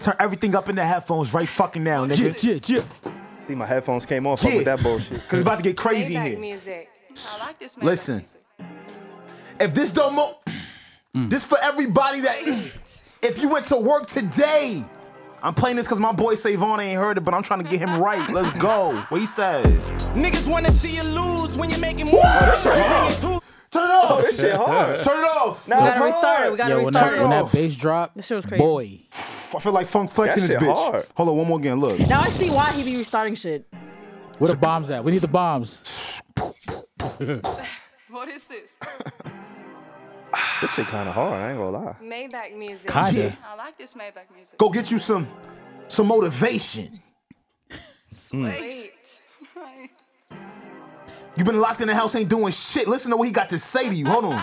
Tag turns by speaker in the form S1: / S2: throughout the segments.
S1: Turn everything up in the headphones right fucking now, nigga.
S2: Yeah, yeah, yeah.
S3: See, my headphones came off. Fuck
S1: Yeah.
S3: with that bullshit.
S1: Cause it's about to get crazy in
S4: Maybach
S1: here.
S4: music.
S5: I like this. Maybach
S1: Listen.
S5: music.
S1: If this don't mo- this for everybody that if you went to work today. I'm playing this cause my boy Savon ain't heard it, but I'm trying to get him right. Let's go. What he said.
S6: Niggas wanna see you lose when you're making moves.
S1: Turn it off.
S3: Oh, This shit hard.
S1: Turn it off.
S3: Nah,
S4: We
S3: it's
S4: gotta restart it. We
S3: hard.
S4: gotta
S2: Yo, when
S4: restart
S2: that,
S4: it.
S2: when
S1: off.
S2: that bass drop,
S4: That shit was crazy.
S2: boy.
S1: I feel like funk flex
S3: That
S1: in this
S3: shit
S1: bitch.
S3: hard.
S1: Hold on, one more again. Look.
S4: Now I see why he be restarting shit.
S2: Where the bombs at? We need the bombs.
S5: What is this?
S3: This shit kind of hard. I ain't gonna lie.
S4: Maybach music.
S2: Kinda.
S1: Yeah.
S5: I like this Maybach music.
S1: Go get you some some motivation.
S5: Sweet.
S1: you been locked in the house, ain't doing shit. Listen to what he got to say to you. Hold on.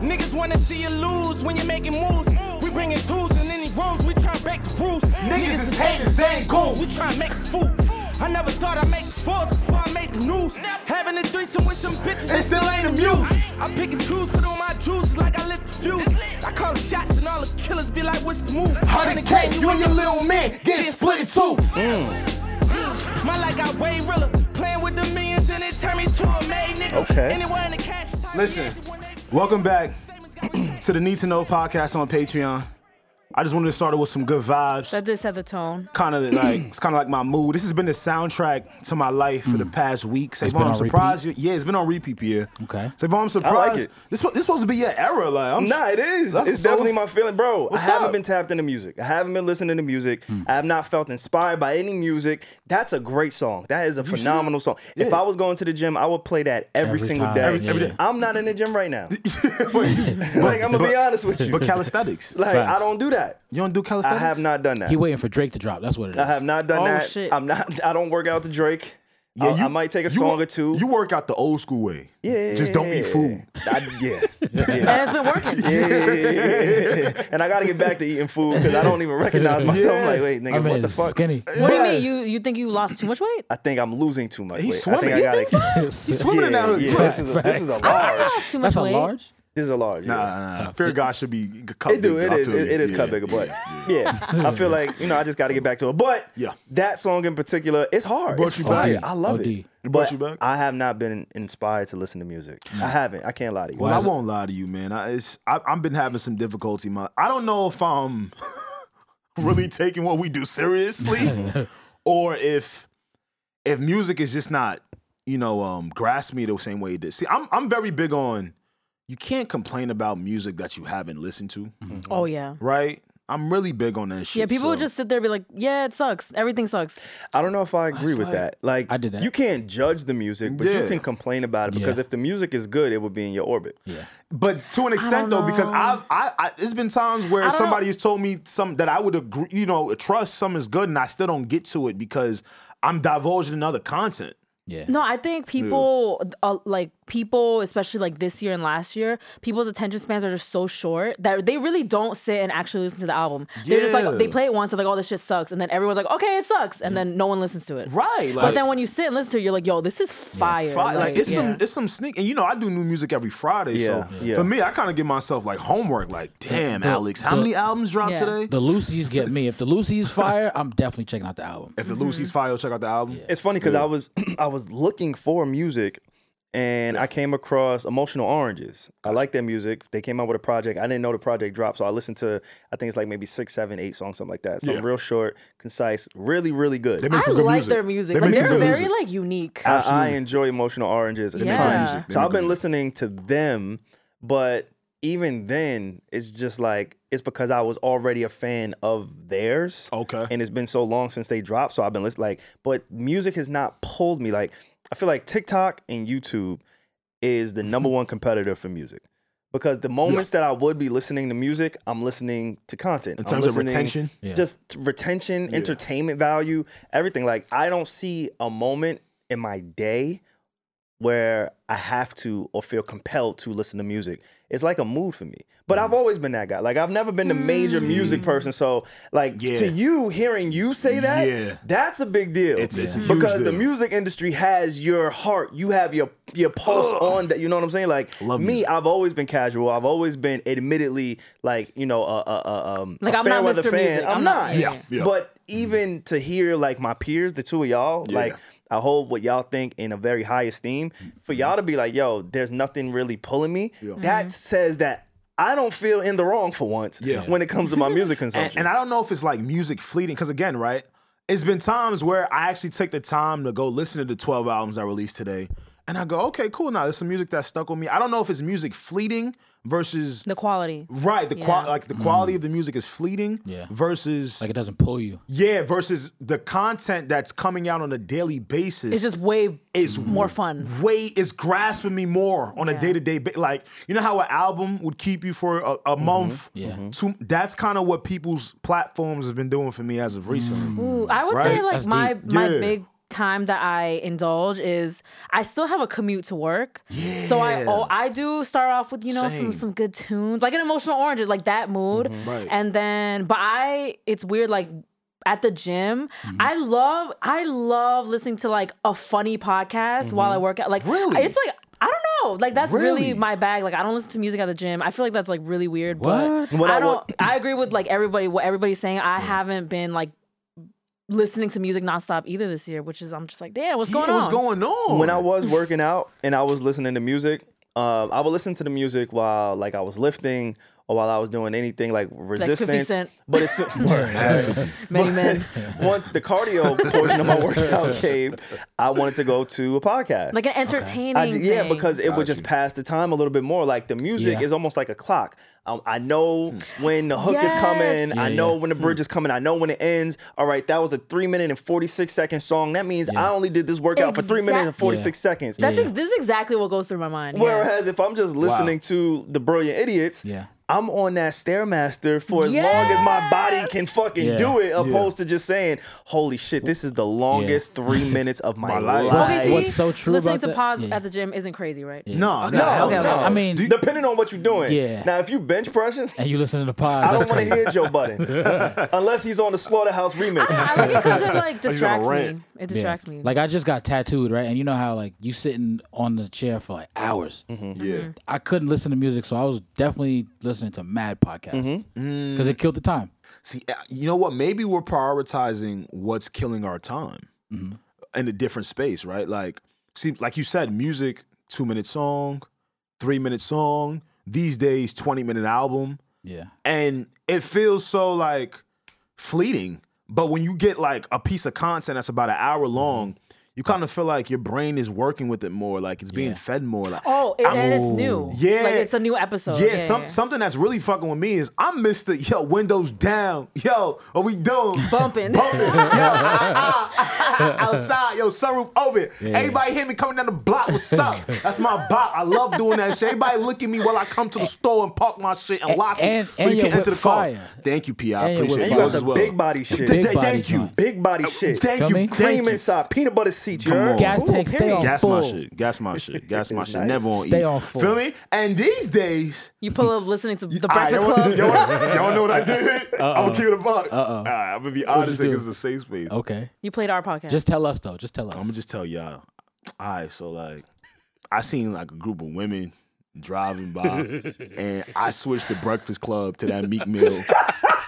S6: Niggas wanna see you lose when you're making moves. We bringing tools in any rooms. We try to break the rules.
S1: Niggas is haters, they ain't cool.
S6: We try to make the fool. I never thought I'd make the force before I made the news. Having a threesome with some bitches.
S1: It still ain't amused.
S6: I pick and choose, put on my juices like I lit the fuse. I call the shots and all the killers be like, what's the move?
S1: 100K, you and your little man getting split in two.
S6: Mm. My life got way realer. Playing with the millions and it turned me to a made nigga.
S3: Okay.
S6: Anywhere in the cash.
S1: Listen, welcome back to the Need to Know podcast on Patreon. I just wanted to start it with some good vibes.
S4: That did set the tone.
S1: Kind of like it's kind of like my mood. This has been the soundtrack to my life
S3: Mm.
S1: for the past week. So
S2: It's
S1: Savon, I'm
S2: been on repeat?
S1: surprised. You, yeah, it's been on repeat. Yeah.
S2: Okay.
S1: Savon, I'm surprised.
S3: it.
S1: This was- this supposed to be your era. Like, I'm
S3: Nah, it is.
S1: That's
S3: it's
S1: so-
S3: definitely my feeling, bro.
S1: What's
S3: I haven't
S1: up?
S3: been tapped into music. I haven't been listening to music. I have not felt inspired by any music. That's a great song. That is a
S1: seen
S3: phenomenal song. If
S1: Yeah.
S3: I was going to the gym, I would play that every,
S2: Every
S3: single
S2: time,
S3: day.
S2: Every- every yeah. day.
S3: I'm not in the gym right now. like I'm gonna be honest with you.
S1: But calisthenics.
S3: like I
S2: Facts.
S3: don't do that.
S1: you don't do
S3: I
S1: calisthenics.
S3: have not done that.
S2: He waiting for Drake to drop. That's what it is.
S3: I have not done
S4: Oh,
S3: that.
S4: shit.
S3: I'm not. I don't work out to Drake.
S1: Yeah,
S3: I, I might take a
S1: you
S3: song
S1: wo-
S3: or two.
S1: You work out the old school way.
S3: yeah,
S1: Just don't eat food.
S3: I- yeah,
S4: And
S3: yeah.
S4: it's been working.
S3: Yeah. and I gotta get back to eating food because I don't even recognize myself.
S1: Yeah.
S3: Like, wait, nigga,
S2: I mean,
S3: what the
S2: it's
S3: fuck?
S2: skinny.
S4: What do you mean? You you think you lost too much weight?
S3: I think I'm losing too much.
S1: He's
S3: weight.
S1: swimming.
S3: I think I
S1: You
S3: gotta.
S1: think
S2: Yes.
S1: Swimming in that hood.
S3: yeah,
S1: Facts,
S3: this is a, this is a
S4: I
S3: large.
S4: lost too much
S2: That's a
S4: weight.
S2: large.
S3: This is a large. yeah.
S1: Nah, fear of God should be cut.
S3: It do.
S1: bigger.
S3: It
S1: I
S3: is.
S1: feel
S3: It,
S1: you.
S3: it is cut
S1: Yeah.
S3: bigger, but yeah, I feel like you know I just got to get back to it. But
S1: Yeah.
S3: that song in particular, it's hard.
S1: brought
S3: it's
S1: you
S3: fire.
S2: back.
S3: I love
S2: OD.
S3: it.
S1: It brought
S3: But
S1: you back?
S3: I have not been inspired to listen to music. I haven't. I can't lie to you.
S1: Well, I won't lie to you, man. I, it's I, I've been having some difficulty. My I don't know if I'm really taking what we do seriously, or if if music is just not you know um, grasp me the same way it did. See, I'm I'm very big on you can't complain about music that you haven't listened to,
S4: Oh yeah.
S1: right? I'm really big on that shit.
S4: Yeah, people
S1: so-
S4: would just sit there and be like, yeah, it sucks. Everything sucks.
S3: I don't know if I agree with
S1: like-
S3: that. Like
S2: I did that.
S3: You can't judge the music, but
S1: Yeah.
S3: you can complain about it because
S2: Yeah.
S3: if the music is good, it would be in your orbit. Yeah.
S1: But to an extent, though, because
S4: know.
S1: I've I, I it's been times
S4: I
S1: where
S4: don't
S1: somebody has told me some that I would agree, you know, trust some is good, and I still don't get to it because I'm divulging in other content.
S2: Yeah.
S4: No, I think people uh, like people, especially like this year and last year, people's attention spans are just so short that they really don't sit and actually listen to the album. They're just
S1: Yeah.
S4: like they play it once, they're like, "Oh, this shit sucks," and then everyone's like, "Okay, it sucks," and then no one listens to it.
S1: Right.
S4: but then when you sit and listen to it, you're like, "Yo, this is fire!"
S1: Friday, like, it's
S4: yeah.
S1: some it's some sneak, and you know I do new music every Friday.
S3: Yeah,
S1: So
S3: yeah.
S1: for me, I kind of give myself like homework. Like, damn,
S2: the-
S1: Alex, how
S2: the-
S1: many albums dropped
S4: Yeah.
S1: today?
S2: The Lucy's get me. If the Lucy's fire, I'm definitely checking out the album.
S1: if it Lucy's
S4: Mm-hmm.
S1: fire, check out the album.
S3: It's funny because I was I was looking for music and I came across Emotional Oranges. I like their music. They came out with a project. I didn't know the project dropped, so I listened to I think it's like maybe six, seven, eight songs, something like that. Some
S1: Yeah.
S3: real short, concise, really, really good.
S1: They make
S4: I
S1: some good
S4: like
S1: music.
S4: their music.
S1: They
S4: like
S1: make
S4: they're
S1: some good
S4: very
S1: music.
S4: like unique.
S3: I, I enjoy emotional oranges a
S4: Yeah.
S3: ton.
S4: Music,
S3: So I've been listening to them, but even then, it's just like it's because I was already a fan of theirs.
S1: Okay.
S3: And it's been so long since they dropped, so I've been listening. Like, but music has not pulled me. Like, I feel like TikTok and YouTube is the number one competitor for music. Because the moments that I would be listening to music, I'm listening to content.
S1: In
S3: I'm
S1: terms of
S3: listening-
S1: retention?
S2: Yeah.
S3: just retention, entertainment value, everything. Like I don't see a moment in my day where I have to or feel compelled to listen to music. it's like a mood for me. But
S1: Mm.
S3: I've always been that guy. Like I've never been the major music person. So like
S1: Yeah.
S3: to you, hearing you say that,
S1: Yeah.
S3: that's a big deal.
S1: It's- it's a huge
S3: because the
S1: deal.
S3: music industry has your heart. You have your your pulse on that. You know what I'm saying? Like
S1: Love
S3: me,
S1: music.
S3: I've always been casual. I've always been admittedly like you know a, a, a, um,
S4: Like,
S3: a
S4: I'm not
S3: fair weather
S4: Mr.
S3: fan.
S4: Music.
S3: I'm,
S4: I'm
S3: not.
S4: not- yeah, Yeah,
S1: yeah. Mm-hmm.
S3: But even to hear like my peers, the two of y'all,
S1: Yeah.
S3: like I hold what y'all think in a very high esteem. For
S1: Mm-hmm.
S3: y'all to be like, yo, there's nothing really pulling me.
S4: Mm-hmm.
S3: That says that I don't feel in the wrong for once
S1: Yeah.
S3: when it comes to my music
S1: and,
S3: consumption.
S1: and I don't know if it's like music fleeting, because again, right? It's been times where I actually take the time to go listen to the 12 albums I released today. And I go, okay, cool. Now there's some music that stuck with me. I don't know if it's music fleeting versus
S4: The quality.
S1: right the qual
S4: Yeah.
S1: like the quality of the music is fleeting.
S2: Mm. Yeah.
S1: Versus
S2: Like it doesn't pull you.
S1: yeah versus the content that's coming out on a daily basis.
S4: It's just way
S1: is
S4: more fun.
S1: way is grasping me more on a
S4: Yeah.
S1: day to day basis. Like you know how an album would keep you for a, a month.
S2: Yeah. Mhm.
S1: Two- that's kind of what people's platforms have been doing for me as of recently.
S4: Mm. Ooh, I would say
S1: Right?
S4: like
S2: That's
S4: my
S2: deep.
S4: my
S1: Yeah.
S4: big time that I indulge is I still have a commute to work. So I
S1: Yeah.
S4: oh I do start off with, you know,
S1: Same. Mm-hmm.
S4: some some good tunes. Like an emotional orange is like that mood.
S1: Right.
S4: And then but I it's weird like at the gym,
S1: Mm-hmm.
S4: I love I love listening to like a funny podcast while I work out. Like
S1: Mm-hmm. Really?
S4: it's like I don't know. Like that's really?
S1: Really?
S4: my bag. Like I don't listen to music at the gym. I feel like that's like really weird.
S2: What?
S4: But
S3: When I
S4: I
S3: wa-
S4: don't. I agree with like everybody. What everybody's saying. I haven't been like listening to music nonstop either this year, which is I'm just like, damn, what's going
S1: Yeah,
S4: on?
S1: What's going on?
S3: when I was working out and I was listening to music, um, I would listen to the music while like I was lifting or while I was doing anything like resistance.
S4: Cent.
S3: But it's
S4: Many men.
S3: once the cardio portion of my workout came, I wanted to go to a podcast.
S4: Like an entertaining.
S3: I ju- yeah,
S4: thing.
S3: because it would just pass the time a little bit more. Like the music
S2: Yeah. Hmm.
S3: is almost like a clock. Um, I know when the hook is
S4: Yes.
S3: coming. I
S2: Yeah,
S3: know
S2: yeah. Hmm.
S3: when the bridge is coming. I know when it ends. All right, that was a three minute and forty six second song. That means I only did this workout for three minutes and
S4: Exact-
S3: forty six seconds.
S4: that's ex- this is exactly what goes through my mind. yeah.
S3: Whereas if I'm just listening to the Brilliant Idiots,
S2: Yeah.
S3: I'm on that stairmaster for as long as my body can fucking
S2: Yeah.
S3: do it, opposed to just saying, "Holy shit, this is the longest three minutes of my,
S1: life."
S3: life."
S4: Okay, see,
S2: What's so true
S4: Listening
S2: about
S4: to
S2: that-
S4: pause
S2: yeah.
S4: at the gym isn't crazy, right?
S1: no, no,
S3: No,
S1: hell
S4: okay,
S1: no.
S4: okay.
S2: I mean,
S3: depending on what you're doing.
S2: Yeah.
S3: Now, if you bench pressing,
S2: and you listen to the pods.
S3: I
S2: that's
S3: don't want
S2: crazy.
S3: to hear Joe Budden unless he's on the Slaughterhouse remix.
S4: I like it because it like distracts me.
S1: rant.
S4: It
S2: Yeah.
S4: distracts me.
S2: Like I just got tattooed, right? And you know how like you sitting on the chair for like hours.
S3: Mm-hmm.
S4: Mm-hmm.
S1: Yeah.
S2: I couldn't listen to music, so I was definitely listening to mad podcasts because
S3: Mm-hmm.
S2: it killed the time.
S1: See, uh, you know what? Maybe we're prioritizing what's killing our time
S4: Mm-hmm.
S1: in a different space, right? Like, see, like you said, music, two minute song, three minute song. These days, twenty minute album.
S2: Yeah,
S1: and it feels so like fleeting. But when you get like a piece of content that's about an hour long, you kind of feel like your brain is working with it more, like it's being
S2: Yeah.
S1: fed more. Like,
S4: oh, it,
S1: I'm-
S4: and it's new.
S1: Yeah.
S4: like it's a new episode.
S1: yeah, some, something that's really fucking with me is I'm Mister Yo Windows down. Yo, are we doing
S4: bumping.
S1: Yo, ah, ah, ah, outside, yo, sunroof open.
S2: Yeah.
S1: Everybody hear me coming down the block. What's up? That's my bop. I love doing that shit. Everybody look at me while I come to the store and park my shit and lock
S2: and-
S1: it so
S2: and
S1: you
S2: your
S1: can enter the
S2: whip
S1: car.
S2: fire.
S1: Thank you, P. I
S2: And your
S1: appreciate you
S2: whip
S3: and you got
S1: guys
S2: fire.
S1: as
S3: the
S1: well.
S3: big body
S1: Th-
S3: shit.
S2: Big
S1: th-
S2: body
S1: Thank you.
S2: joint.
S3: Big body shit.
S1: Thank
S2: Feel
S1: you.
S2: me?
S1: Thank
S3: Cream
S1: you.
S3: inside. Peanut butter seats. You
S1: Come
S3: heard?
S1: on.
S2: gas
S1: Ooh,
S2: tank stay
S4: period.
S2: on
S1: Gas
S2: full.
S1: my shit. Gas my shit. Gas my shit.
S3: Nice.
S1: Never on
S2: Stay
S1: E.
S2: on full.
S1: Feel me? And these days,
S4: You pull up listening to The
S1: Alright,
S4: Breakfast
S1: y'all
S4: Club.
S1: wanna- Y'all, wanna- y'all know what I did? I'm gonna keep it a buck.
S2: Uh-oh.
S1: Alright, I'm gonna be honest
S2: Uh-uh. you do?
S1: because it's a safe space.
S2: Okay,
S4: You played our podcast.
S2: just tell us though. Just tell us.
S1: I'm gonna just tell y'all. All right, so like, I seen like a group of women driving by, and I switched the Breakfast Club to that Meek Mill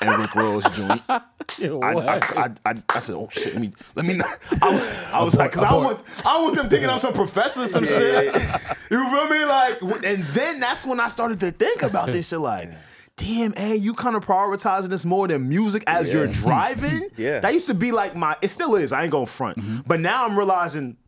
S1: and Rick Ross joint. I, I, I, I, I said, oh shit, let me, let me. Not. I was, I was like, cause I want, I want them thinking I'm some professor or some shit. You feel me? Like, w- and then that's when I started to think about this shit. Like. Damn, hey, you kind of prioritizing this more than music as you're driving.
S3: Yeah.
S1: that used to be like my it still is i ain't gonna front but now i'm realizing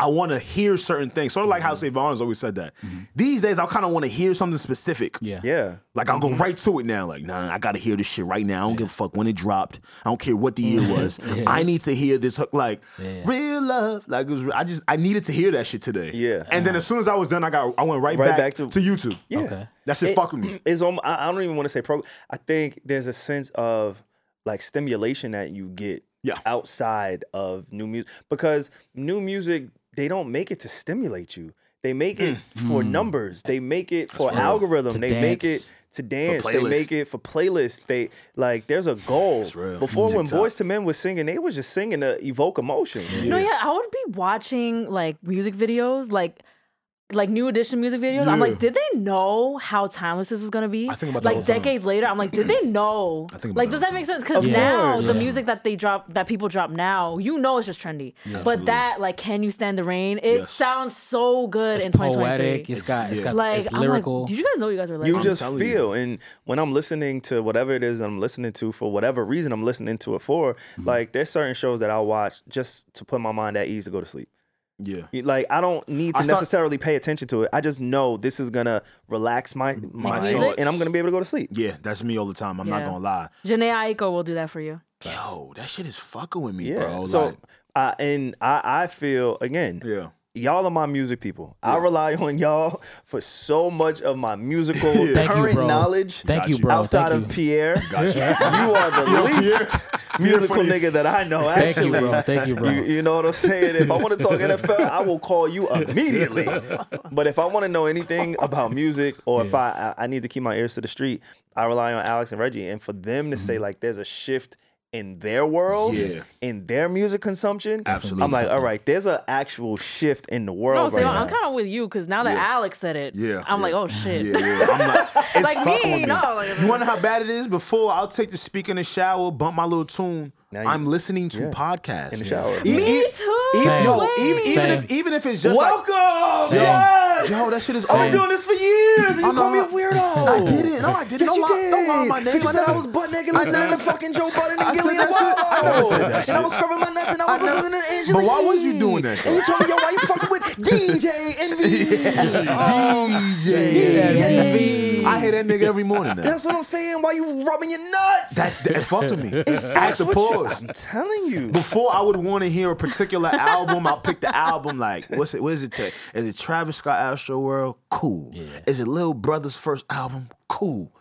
S1: i want to hear certain things sort of like how Savon has always said that these days i kind of want to hear something specific
S2: yeah.
S3: Yeah.
S1: like I'll
S2: Mm-hmm.
S1: go right to it now. Like, nah, I gotta hear this shit right now. I don't give a fuck when it dropped. I don't care what the year was. I need to hear this hook. Like,
S2: Yeah.
S1: real love. Like, it was, I just I needed to hear that shit today.
S3: Yeah.
S1: And then as soon as I was done, I got I went right,
S3: Right
S1: back,
S3: back
S1: to,
S3: to-
S1: YouTube.
S3: Yeah.
S2: Uh-huh. Okay.
S1: That shit
S3: It-
S1: fucking me.
S3: It's on. I I don't even want to say pro. I think there's a sense of like stimulation that you get
S1: Yeah.
S3: outside of new music because new music they don't make it to stimulate you. They make it
S1: Mm.
S3: for numbers. They make it for algorithm.
S2: Hmm. To
S3: They make it
S2: dance.
S3: to dance. They
S1: playlists.
S3: make it for playlists. They like there's a goal.
S1: real.
S3: Before
S2: Mm.
S3: when
S1: TikTok.
S3: Boys to Men was singing, they was just singing to evoke emotion.
S4: No, yeah, I would be watching like music videos, like like new edition music videos. I'm
S1: Yeah.
S4: like, did they know how timeless this was gonna be?
S1: I think about that all
S4: like
S1: the time.
S4: decades later, I'm like, did they know?
S1: I think about
S4: like,
S1: that all
S4: does that
S1: the
S4: make sense? Because
S3: Of
S4: now
S3: course.
S4: the
S3: Yeah.
S4: music that they drop, that people drop now, you know, it's just trendy. But that, like, can you stand the rain? It
S1: Yes.
S4: sounds so good in
S2: It's
S4: 2023.
S2: poetic. It's got it's
S1: yeah.
S2: got
S4: like,
S2: it's
S4: I'm
S2: lyrical.
S4: Like, did you guys know you guys were like?
S3: You just
S1: telling you.
S3: feel. And when I'm listening to whatever it is I'm listening to for whatever reason I'm listening to it for,
S1: Mm-hmm.
S3: like there's certain shows that I'll watch just to put my mind at ease to go to sleep.
S1: Yeah.
S3: You- Like I don't need to
S1: I start-
S3: necessarily pay attention to it. I just know this is gonna relax my my
S4: music?
S3: thought, and I'm gonna be able to go to sleep.
S1: Yeah, that's me all the time. I'm not
S4: Yeah.
S1: gonna lie.
S4: Janae Aiko will do that for you.
S1: Yo, that shit is fucking with me,
S3: Yeah.
S1: bro.
S3: so
S1: like,
S3: I and I I feel again.
S1: yeah.
S3: Y'all are my music people. I rely on y'all for so much of my musical
S2: Thank you,
S3: current
S2: bro.
S3: knowledge.
S2: Thank you, bro.
S3: outside
S2: Thank
S3: of
S2: you.
S3: Pierre. You are the least musical
S1: funny as-
S3: nigga that I know.
S2: Thank you,
S3: Actually,
S2: bro. Thank you, bro.
S3: You, you know what I'm saying? If I want to talk NFL, I will call you immediately. But if I want to know anything about music or if I, I I need to keep my ears to the street, I rely on Alex and Reggie. And for them to
S2: Mm-hmm.
S3: say, like, there's a shift in their world,
S1: Yeah.
S3: in their music consumption,
S1: Absolutely.
S3: I'm like, all right, there's an actual shift in the
S4: No,
S3: world
S4: so
S3: right
S4: I'm
S3: now.
S4: kind of with you because now that Alex said it,
S1: Oh, Yeah,
S4: I'm
S1: yeah.
S4: like, oh shit.
S1: Yeah, yeah. I'm like, it's
S4: Like
S1: fucking
S4: me,
S1: with me.
S4: no, like-
S1: you wanna know how bad it is? Before I'll take the speaker in the shower, bump my little tune.
S3: Now you-
S1: I'm listening to podcasts
S3: In the shower.
S1: E-
S4: Me
S1: e-
S4: too.
S1: e-
S2: Same.
S1: yo, even, even
S2: Same.
S1: if even if it's just like,
S3: Welcome!
S2: Same.
S3: Yes!
S1: yo, that shit is.
S3: I've been doing this for years, and you
S1: I know.
S3: call me a weirdo.
S1: I didn't. No, I didn't.
S3: Yes,
S1: don't,
S3: you
S1: lie,
S3: did.
S1: don't lie on my name.
S3: You
S1: I
S3: said I
S1: never-
S3: was butt naked
S1: I
S3: listening to
S1: never-
S3: fucking Joe Budden
S1: I
S3: and
S1: said
S3: Gillian
S1: that shit. I
S3: Wallow.
S1: never said that
S3: And I
S1: shit.
S3: was scrubbing my nuts and I was
S1: never-
S3: listening to Angela
S1: But why was
S3: Yee.
S1: you doing that,
S3: And you
S1: though?
S3: told me, yo, why you fucking with DJ Envy? Ah.
S1: DJ.
S3: DJ.
S1: I hear that nigga every morning now.
S3: That's what I'm saying. Why you rubbing your nuts?
S1: That, that it fucked with me. I had
S3: That's
S1: to
S3: what you-
S1: pause.
S3: I'm telling you.
S1: Before I would want to hear a particular album, I'll pick the album. Like, what's it? What is it? Take? Is it Travis Scott Astro World? Cool. Is it Lil Brother's first album? Cool.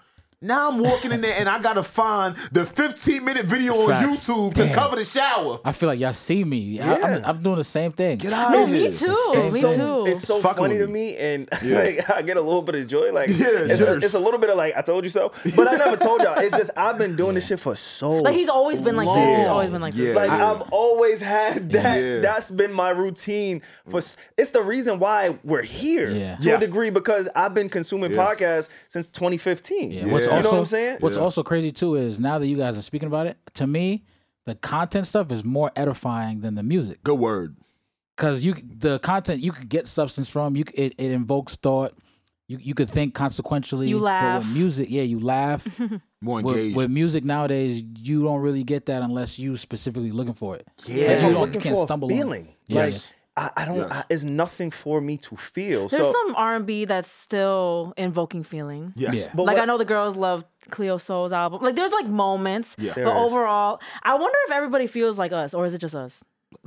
S1: Now I'm walking in there and I gotta find the 15 minute video on
S2: Facts.
S1: YouTube to
S2: Damn.
S1: cover the shower.
S2: I feel like y'all see me. I, am I'm doing the same thing.
S1: Get out
S4: No,
S1: of here.
S4: me too.
S2: It's
S4: me
S3: so,
S4: too.
S3: It's so
S1: fucking
S3: funny
S1: with
S3: to
S1: me.
S3: me, and
S1: Yeah.
S3: like I get a little bit of joy. Like
S1: Yeah,
S3: it's, a,
S1: jitters.
S3: it's a little bit of like I told you so, but I never told y'all. It's just I've been doing this shit for so.
S4: like he's always been like this. He's
S3: long.
S4: always been like this.
S1: Yeah.
S3: Like I've always had that.
S1: Yeah.
S3: That's been my routine. For s- it's the reason why we're here
S2: Yeah.
S3: to
S1: Yeah.
S3: a degree because I've been consuming podcasts since 2015.
S2: Yeah. What's
S1: Yeah.
S2: also
S3: You know what I'm saying?
S2: What's also crazy too is now that you guys are speaking about it, to me, the content stuff is more edifying than the music
S1: Good word.
S2: because you the content you could get substance from. You c- it, it invokes thought. You you could think consequentially.
S4: You
S2: But
S4: laugh.
S2: with music, yeah, you laugh.
S1: More
S2: with,
S1: engaged.
S2: with music nowadays, you don't really get that unless you specifically looking for it.
S1: Yeah.
S3: if I'm
S2: you don't-
S3: looking
S2: can't
S3: for
S2: stumble
S3: a
S2: on it.
S3: feeling,
S2: Yeah.
S3: like
S2: Yes.
S3: I, I don't.
S1: Yes.
S3: I, it's nothing for me to feel.
S4: There's
S3: so,
S4: some R and B that's still invoking feeling.
S1: yes.
S2: Yeah.
S3: but
S4: like
S3: what-
S4: I know the girls love Cleo Soul's album. Like there's like moments,
S1: Yeah.
S4: but
S3: There is.
S4: overall, I wonder if everybody feels like us, or is it just us?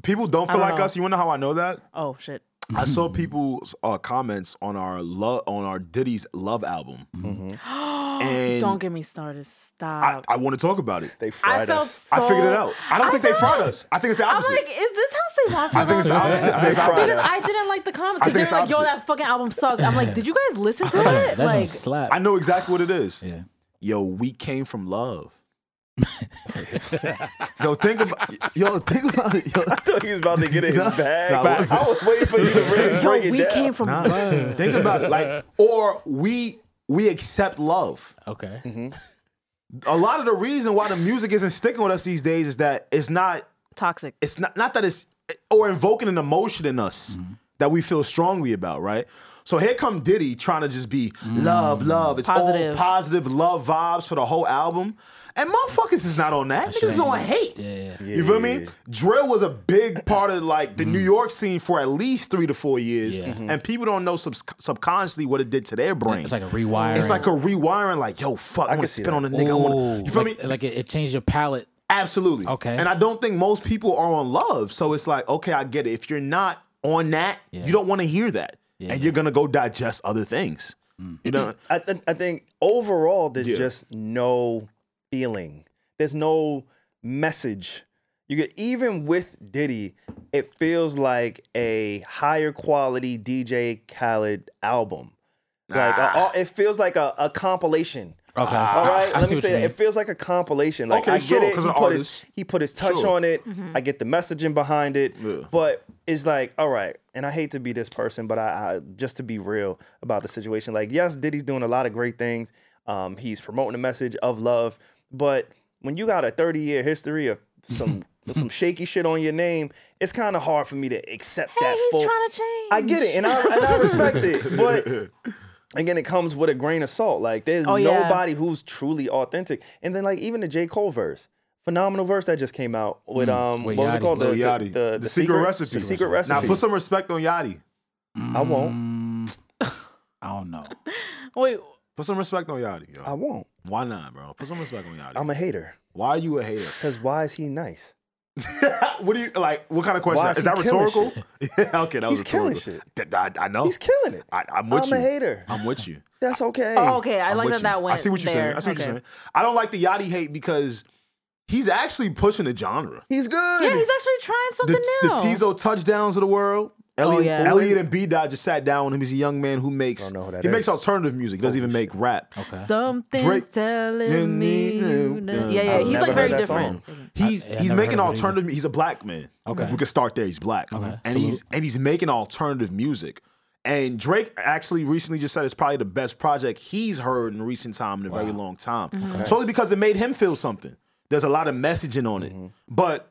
S1: People don't feel
S4: I don't
S1: like
S4: know.
S1: us. You wanna know how I know that?
S4: Oh shit!
S1: I saw people's uh, comments on our love on our Diddy's Love album,
S2: Mm-hmm.
S1: and
S4: Don't get me started.
S1: I,
S4: Stop.
S1: I want to talk about it.
S3: they
S4: Um, I,
S3: fried
S4: felt
S3: us.
S4: so.
S1: I figured it out. I don't
S4: I
S1: think they
S4: feel
S1: fraud
S4: like-
S1: us. I think it's the
S4: I'm
S1: opposite.
S4: like, is this how they want?
S1: I think it's the opposite. I think it's the
S3: Fried
S1: opposite.
S4: Because I didn't like the comments
S1: I think
S4: because they were like,
S1: it's
S4: "Yo,
S1: the
S4: that fucking album sucks." I'm like, "Did you guys listen to
S2: That's
S4: it?"
S2: gonna
S4: Like,
S2: slap.
S1: I know exactly what it is.
S2: Yeah.
S1: Yo, we came from love. yo, think about yo, think about it. Yo.
S3: thought he was about to get in his bag.
S1: nah,
S3: I
S1: what's-
S3: was waiting for you to break,
S4: "Yo,
S3: break it
S4: we
S3: down.
S4: came from
S1: Nah, think about it. Like, or we we accept love.
S2: Okay.
S1: Mm-hmm. A lot of the reason why the music isn't sticking with us these days is that it's not
S4: toxic."
S1: it's not not that it's or invoking an emotion in us
S2: Mm-hmm.
S1: that we feel strongly about, right? So here come Diddy trying to just be
S2: Mm-hmm.
S1: love, love. It's all
S4: Positive.
S1: positive love vibes for the whole album. And motherfuckers is not on that. Niggas is on hate.
S2: Yeah. Mm-hmm.
S1: You feel me? Drill was a big part of like the New York scene for at least three to four years.
S2: Yeah. Mm-hmm.
S1: And people don't know sub- subconsciously what it did to their brain.
S2: It's like a rewiring.
S1: It's like a rewiring, like, yo, fuck, I, want
S3: can
S1: to
S3: see
S1: spit on a
S3: that.
S1: nigga. I
S2: Ooh,
S1: want to, you feel
S2: like,
S1: me?
S2: Like it, it changed your palate.
S1: Absolutely.
S2: Okay.
S1: And I don't think most people are on love. So it's like, okay, I get it. If you're not on that, you don't want to hear that. and you're going to go digest other things. You know?
S3: I, th- I think overall, there's
S1: Yeah.
S3: just no feeling. There's no message. You get even with Diddy, it feels like a higher quality DJ Khaled album. Like a- a- it feels like a, a compilation.
S2: Okay.
S3: All right,
S2: I
S3: let
S2: see
S3: me
S2: what
S3: say
S2: you
S3: that.
S2: mean.
S3: It feels like a compilation. Like
S1: Okay,
S3: I
S1: sure,
S3: get it.
S1: 'cause
S3: He
S1: an
S3: put, his,
S1: artist.
S3: he put his touch
S1: Sure.
S3: on it.
S4: Mm-hmm.
S3: I get the messaging behind it. But it's like, all right, and I hate to be this person, but I, I just to be real about the situation. Like, yes, Diddy's doing a lot of great things. Um, he's promoting the message of love. But when you got a 30 year history of some some shaky shit on your name, it's kind of hard for me to accept that.
S4: Hey, he's
S3: full-
S4: trying to change.
S3: I get it, and I and I respect it, but again, it comes with a grain of salt. Like there's
S4: Oh, yeah.
S3: nobody who's truly authentic, and then like even the J Cole verse, phenomenal verse that just came out with um,
S2: with
S3: what was
S2: Yachty.
S3: it called? The,
S1: Lil
S3: the,
S1: Mm. Yachty.
S3: the- the
S1: secret, recipe.
S3: The secret recipe.
S1: Now put Mm. some respect on Yachty.
S3: I won't.
S2: I don't know.
S4: Wait,
S1: Put some respect on Yachty. Yo.
S3: I won't.
S1: Why not, bro? Put some respect on Yachty.
S3: I'm a hater.
S1: Why are you a hater?
S3: Cause why is he nice?
S1: what do you like? What kind of question?
S3: Why
S1: Is,
S3: is he
S1: that
S3: killing
S1: rhetorical? yeah, okay, that was
S3: He's killing
S1: rhetorical. Th- I, I know.
S3: He's killing it.
S1: I, am with
S3: I'm
S1: you.
S3: a hater.
S1: I'm with you.
S3: That's okay.
S4: oh, okay, I
S1: I'm
S4: like
S1: with
S4: that
S1: you.
S4: that went.
S1: I see what you're
S4: there.
S1: saying. I see what
S4: Okay.
S1: you're saying. I don't like the Yachty hate because he's actually pushing the genre.
S3: He's good.
S4: Yeah, he's actually trying
S1: The,
S4: something
S1: the
S4: new.
S1: Tizo touchdowns of the world. Elliot,
S4: Oh, yeah.
S1: Elliot and B Dot just sat down with him. He's a young man who makes
S3: know who that
S1: he makes
S3: is.
S1: alternative music. He doesn't even make rap.
S2: Okay.
S4: Something's
S1: Drake-
S4: telling me. you know- Yeah, yeah,
S1: I've
S4: he's
S3: never
S4: like very
S3: heard that
S4: different.
S1: He's
S2: yeah, I
S1: he's
S2: never
S1: making
S2: heard of it either.
S1: alternative. He's a black man.
S2: Okay.
S1: we could start there. He's black.
S2: Okay,
S1: and
S2: salute.
S1: he's and he's making alternative music. And Drake actually recently just said it's probably the best project he's heard in recent time in a very long time, solely because it made him feel something. There's a lot of messaging on it,
S2: Mm-hmm.
S1: but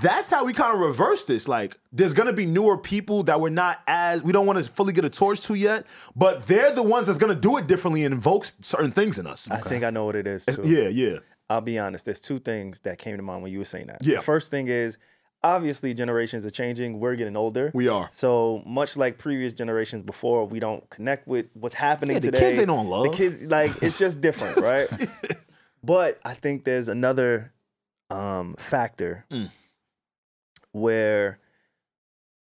S1: that's how we kind of reverse this. Like, there's gonna be newer people that we're not as we don't want to fully get a torch to yet, but they're the ones that's gonna do it differently and invoke certain things in us.
S3: I think I know what it is. Too.
S1: Yeah, yeah.
S3: I'll be honest. There's two things that came to mind when you were saying that.
S1: Yeah.
S3: The first thing is obviously generations are changing. We're getting older.
S1: We are.
S3: So much like previous generations before, we don't connect with what's happening
S1: Yeah, the
S3: today.
S1: kids ain't on love.
S3: The kids like it's just different, right? but I think there's another um, factor
S1: Mm.
S3: where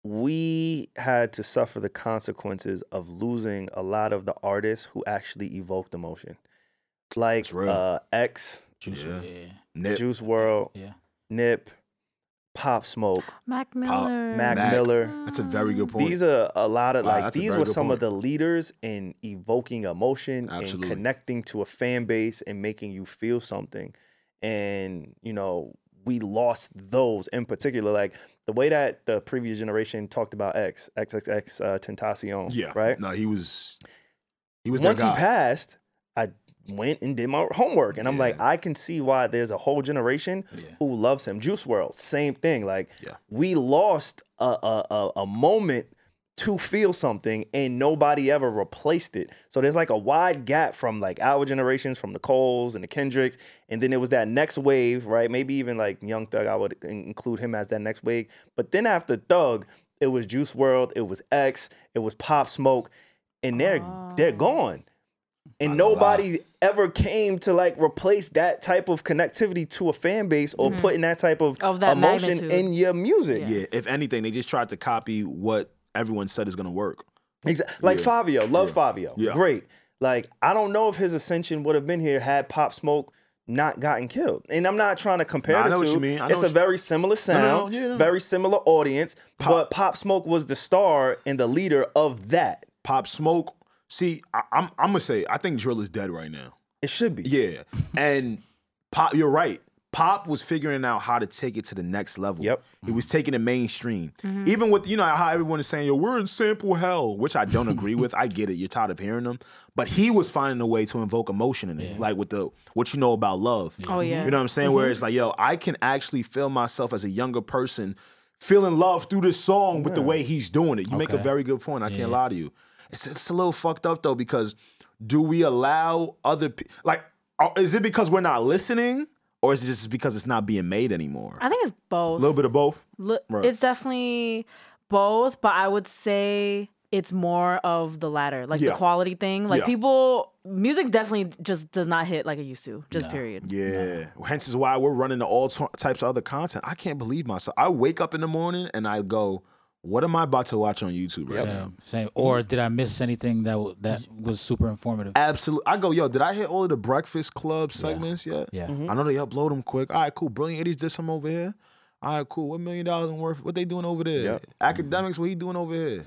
S3: we had to suffer the consequences of losing a lot of the artists who actually evoked emotion. Like
S1: That's real.
S3: uh, X,
S2: Juice
S1: Yeah.
S2: WRLD, yeah.
S1: Nip,
S3: Juice World,
S2: Yeah.
S3: Nip, Pop Smoke,
S4: Mac Miller.
S3: Mac,
S1: Mac.
S3: Miller.
S1: that's a very good point.
S3: These are a lot of
S1: Wow,
S3: like
S1: that's a
S3: these
S1: very
S3: were
S1: good
S3: some
S1: point.
S3: of the leaders in evoking emotion
S1: Absolutely.
S3: and connecting to a fan base and making you feel something. And you know, we lost those in particular. Like the way that the previous generation talked about X, XXX uh, Tentacion.
S1: Yeah.
S3: Right.
S1: No, he was he was
S3: Once
S1: their
S3: he
S1: guy.
S3: passed, I went and did my homework. And I'm like, I can see why there's a whole generation
S2: Yeah.
S3: who loves him. Juice World, same thing. Like
S1: Yeah.
S3: we lost a, a a a moment to feel something and nobody ever replaced it. So there's like a wide gap from like our generations, from the Coles and the Kendricks. And then it was that next wave, right? Maybe even like Young Thug, I would in- include him as that next wave. But then after Thug, it was Juice World, it was X, it was Pop Smoke, and they're they're
S4: Ah.
S3: gone and nobody ever came to like replace that type of connectivity to a fan base or putting that type of,
S4: Mm-hmm. Of that
S3: emotion
S4: magnitude.
S3: in your music.
S1: Yeah, if anything, they just tried to copy what everyone said is gonna work.
S3: Exactly. Like Fabio, love Fabio.
S1: Yeah.
S3: Great. Like I don't know if his ascension would have been here had Pop Smoke not gotten killed. And I'm not trying to compare
S1: Nah, I
S3: the
S1: know
S3: two.
S1: what you mean. I know
S3: it's
S1: what
S3: a
S1: you-
S3: very similar
S1: no, no,
S3: sound,
S1: yeah, no.
S3: very similar audience, but Pop Smoke was the star and the leader of that.
S1: Pop Smoke. See, I, I'm I'm gonna say I think drill is dead right now.
S3: It should be.
S1: Yeah, and Pop, you're right. Pop was figuring out how to take it to the next level.
S3: Yep.
S1: he was taking it mainstream.
S4: Mm-hmm.
S1: Even with you know how everyone is saying, "Yo, we're in sample hell," which I don't agree with. I get it. You're tired of hearing them, but he was finding a way to invoke emotion in it, like with the what you know about love.
S4: Oh, yeah.
S1: you know what I'm saying?
S2: Mm-hmm.
S1: Where it's like, yo, I can actually feel myself as a younger person feeling love through this song with the way he's doing it. You make a
S2: Okay.
S1: very good point. I can't lie to you. It's it's a little fucked up though because do we allow other pe- like are- is it because we're not listening or is it just because it's not being made anymore?
S4: I think it's both.
S1: A little bit of both.
S4: Look,
S1: Right.
S4: it's definitely both, but I would say it's more of the latter, like
S1: Yeah.
S4: the quality thing. Like
S1: Yeah.
S4: people, music definitely just does not hit like it used to. Just period.
S1: Yeah. Hence is why we're running to all t- types of other content. I can't believe myself. I wake up in the morning and I go, what am I about to watch on YouTube right now?
S2: Same, same. Or did I miss anything that w- that was super informative?
S1: Absolutely. I go, yo, did I hit all of the Breakfast Club segments yet?
S2: Yeah.
S1: I know they upload them quick. All right, cool. Brilliant Idiots did some over here. all right, cool. What million dollars in worth? What they doing over there?
S3: Yep.
S1: Academics, what he doing over here?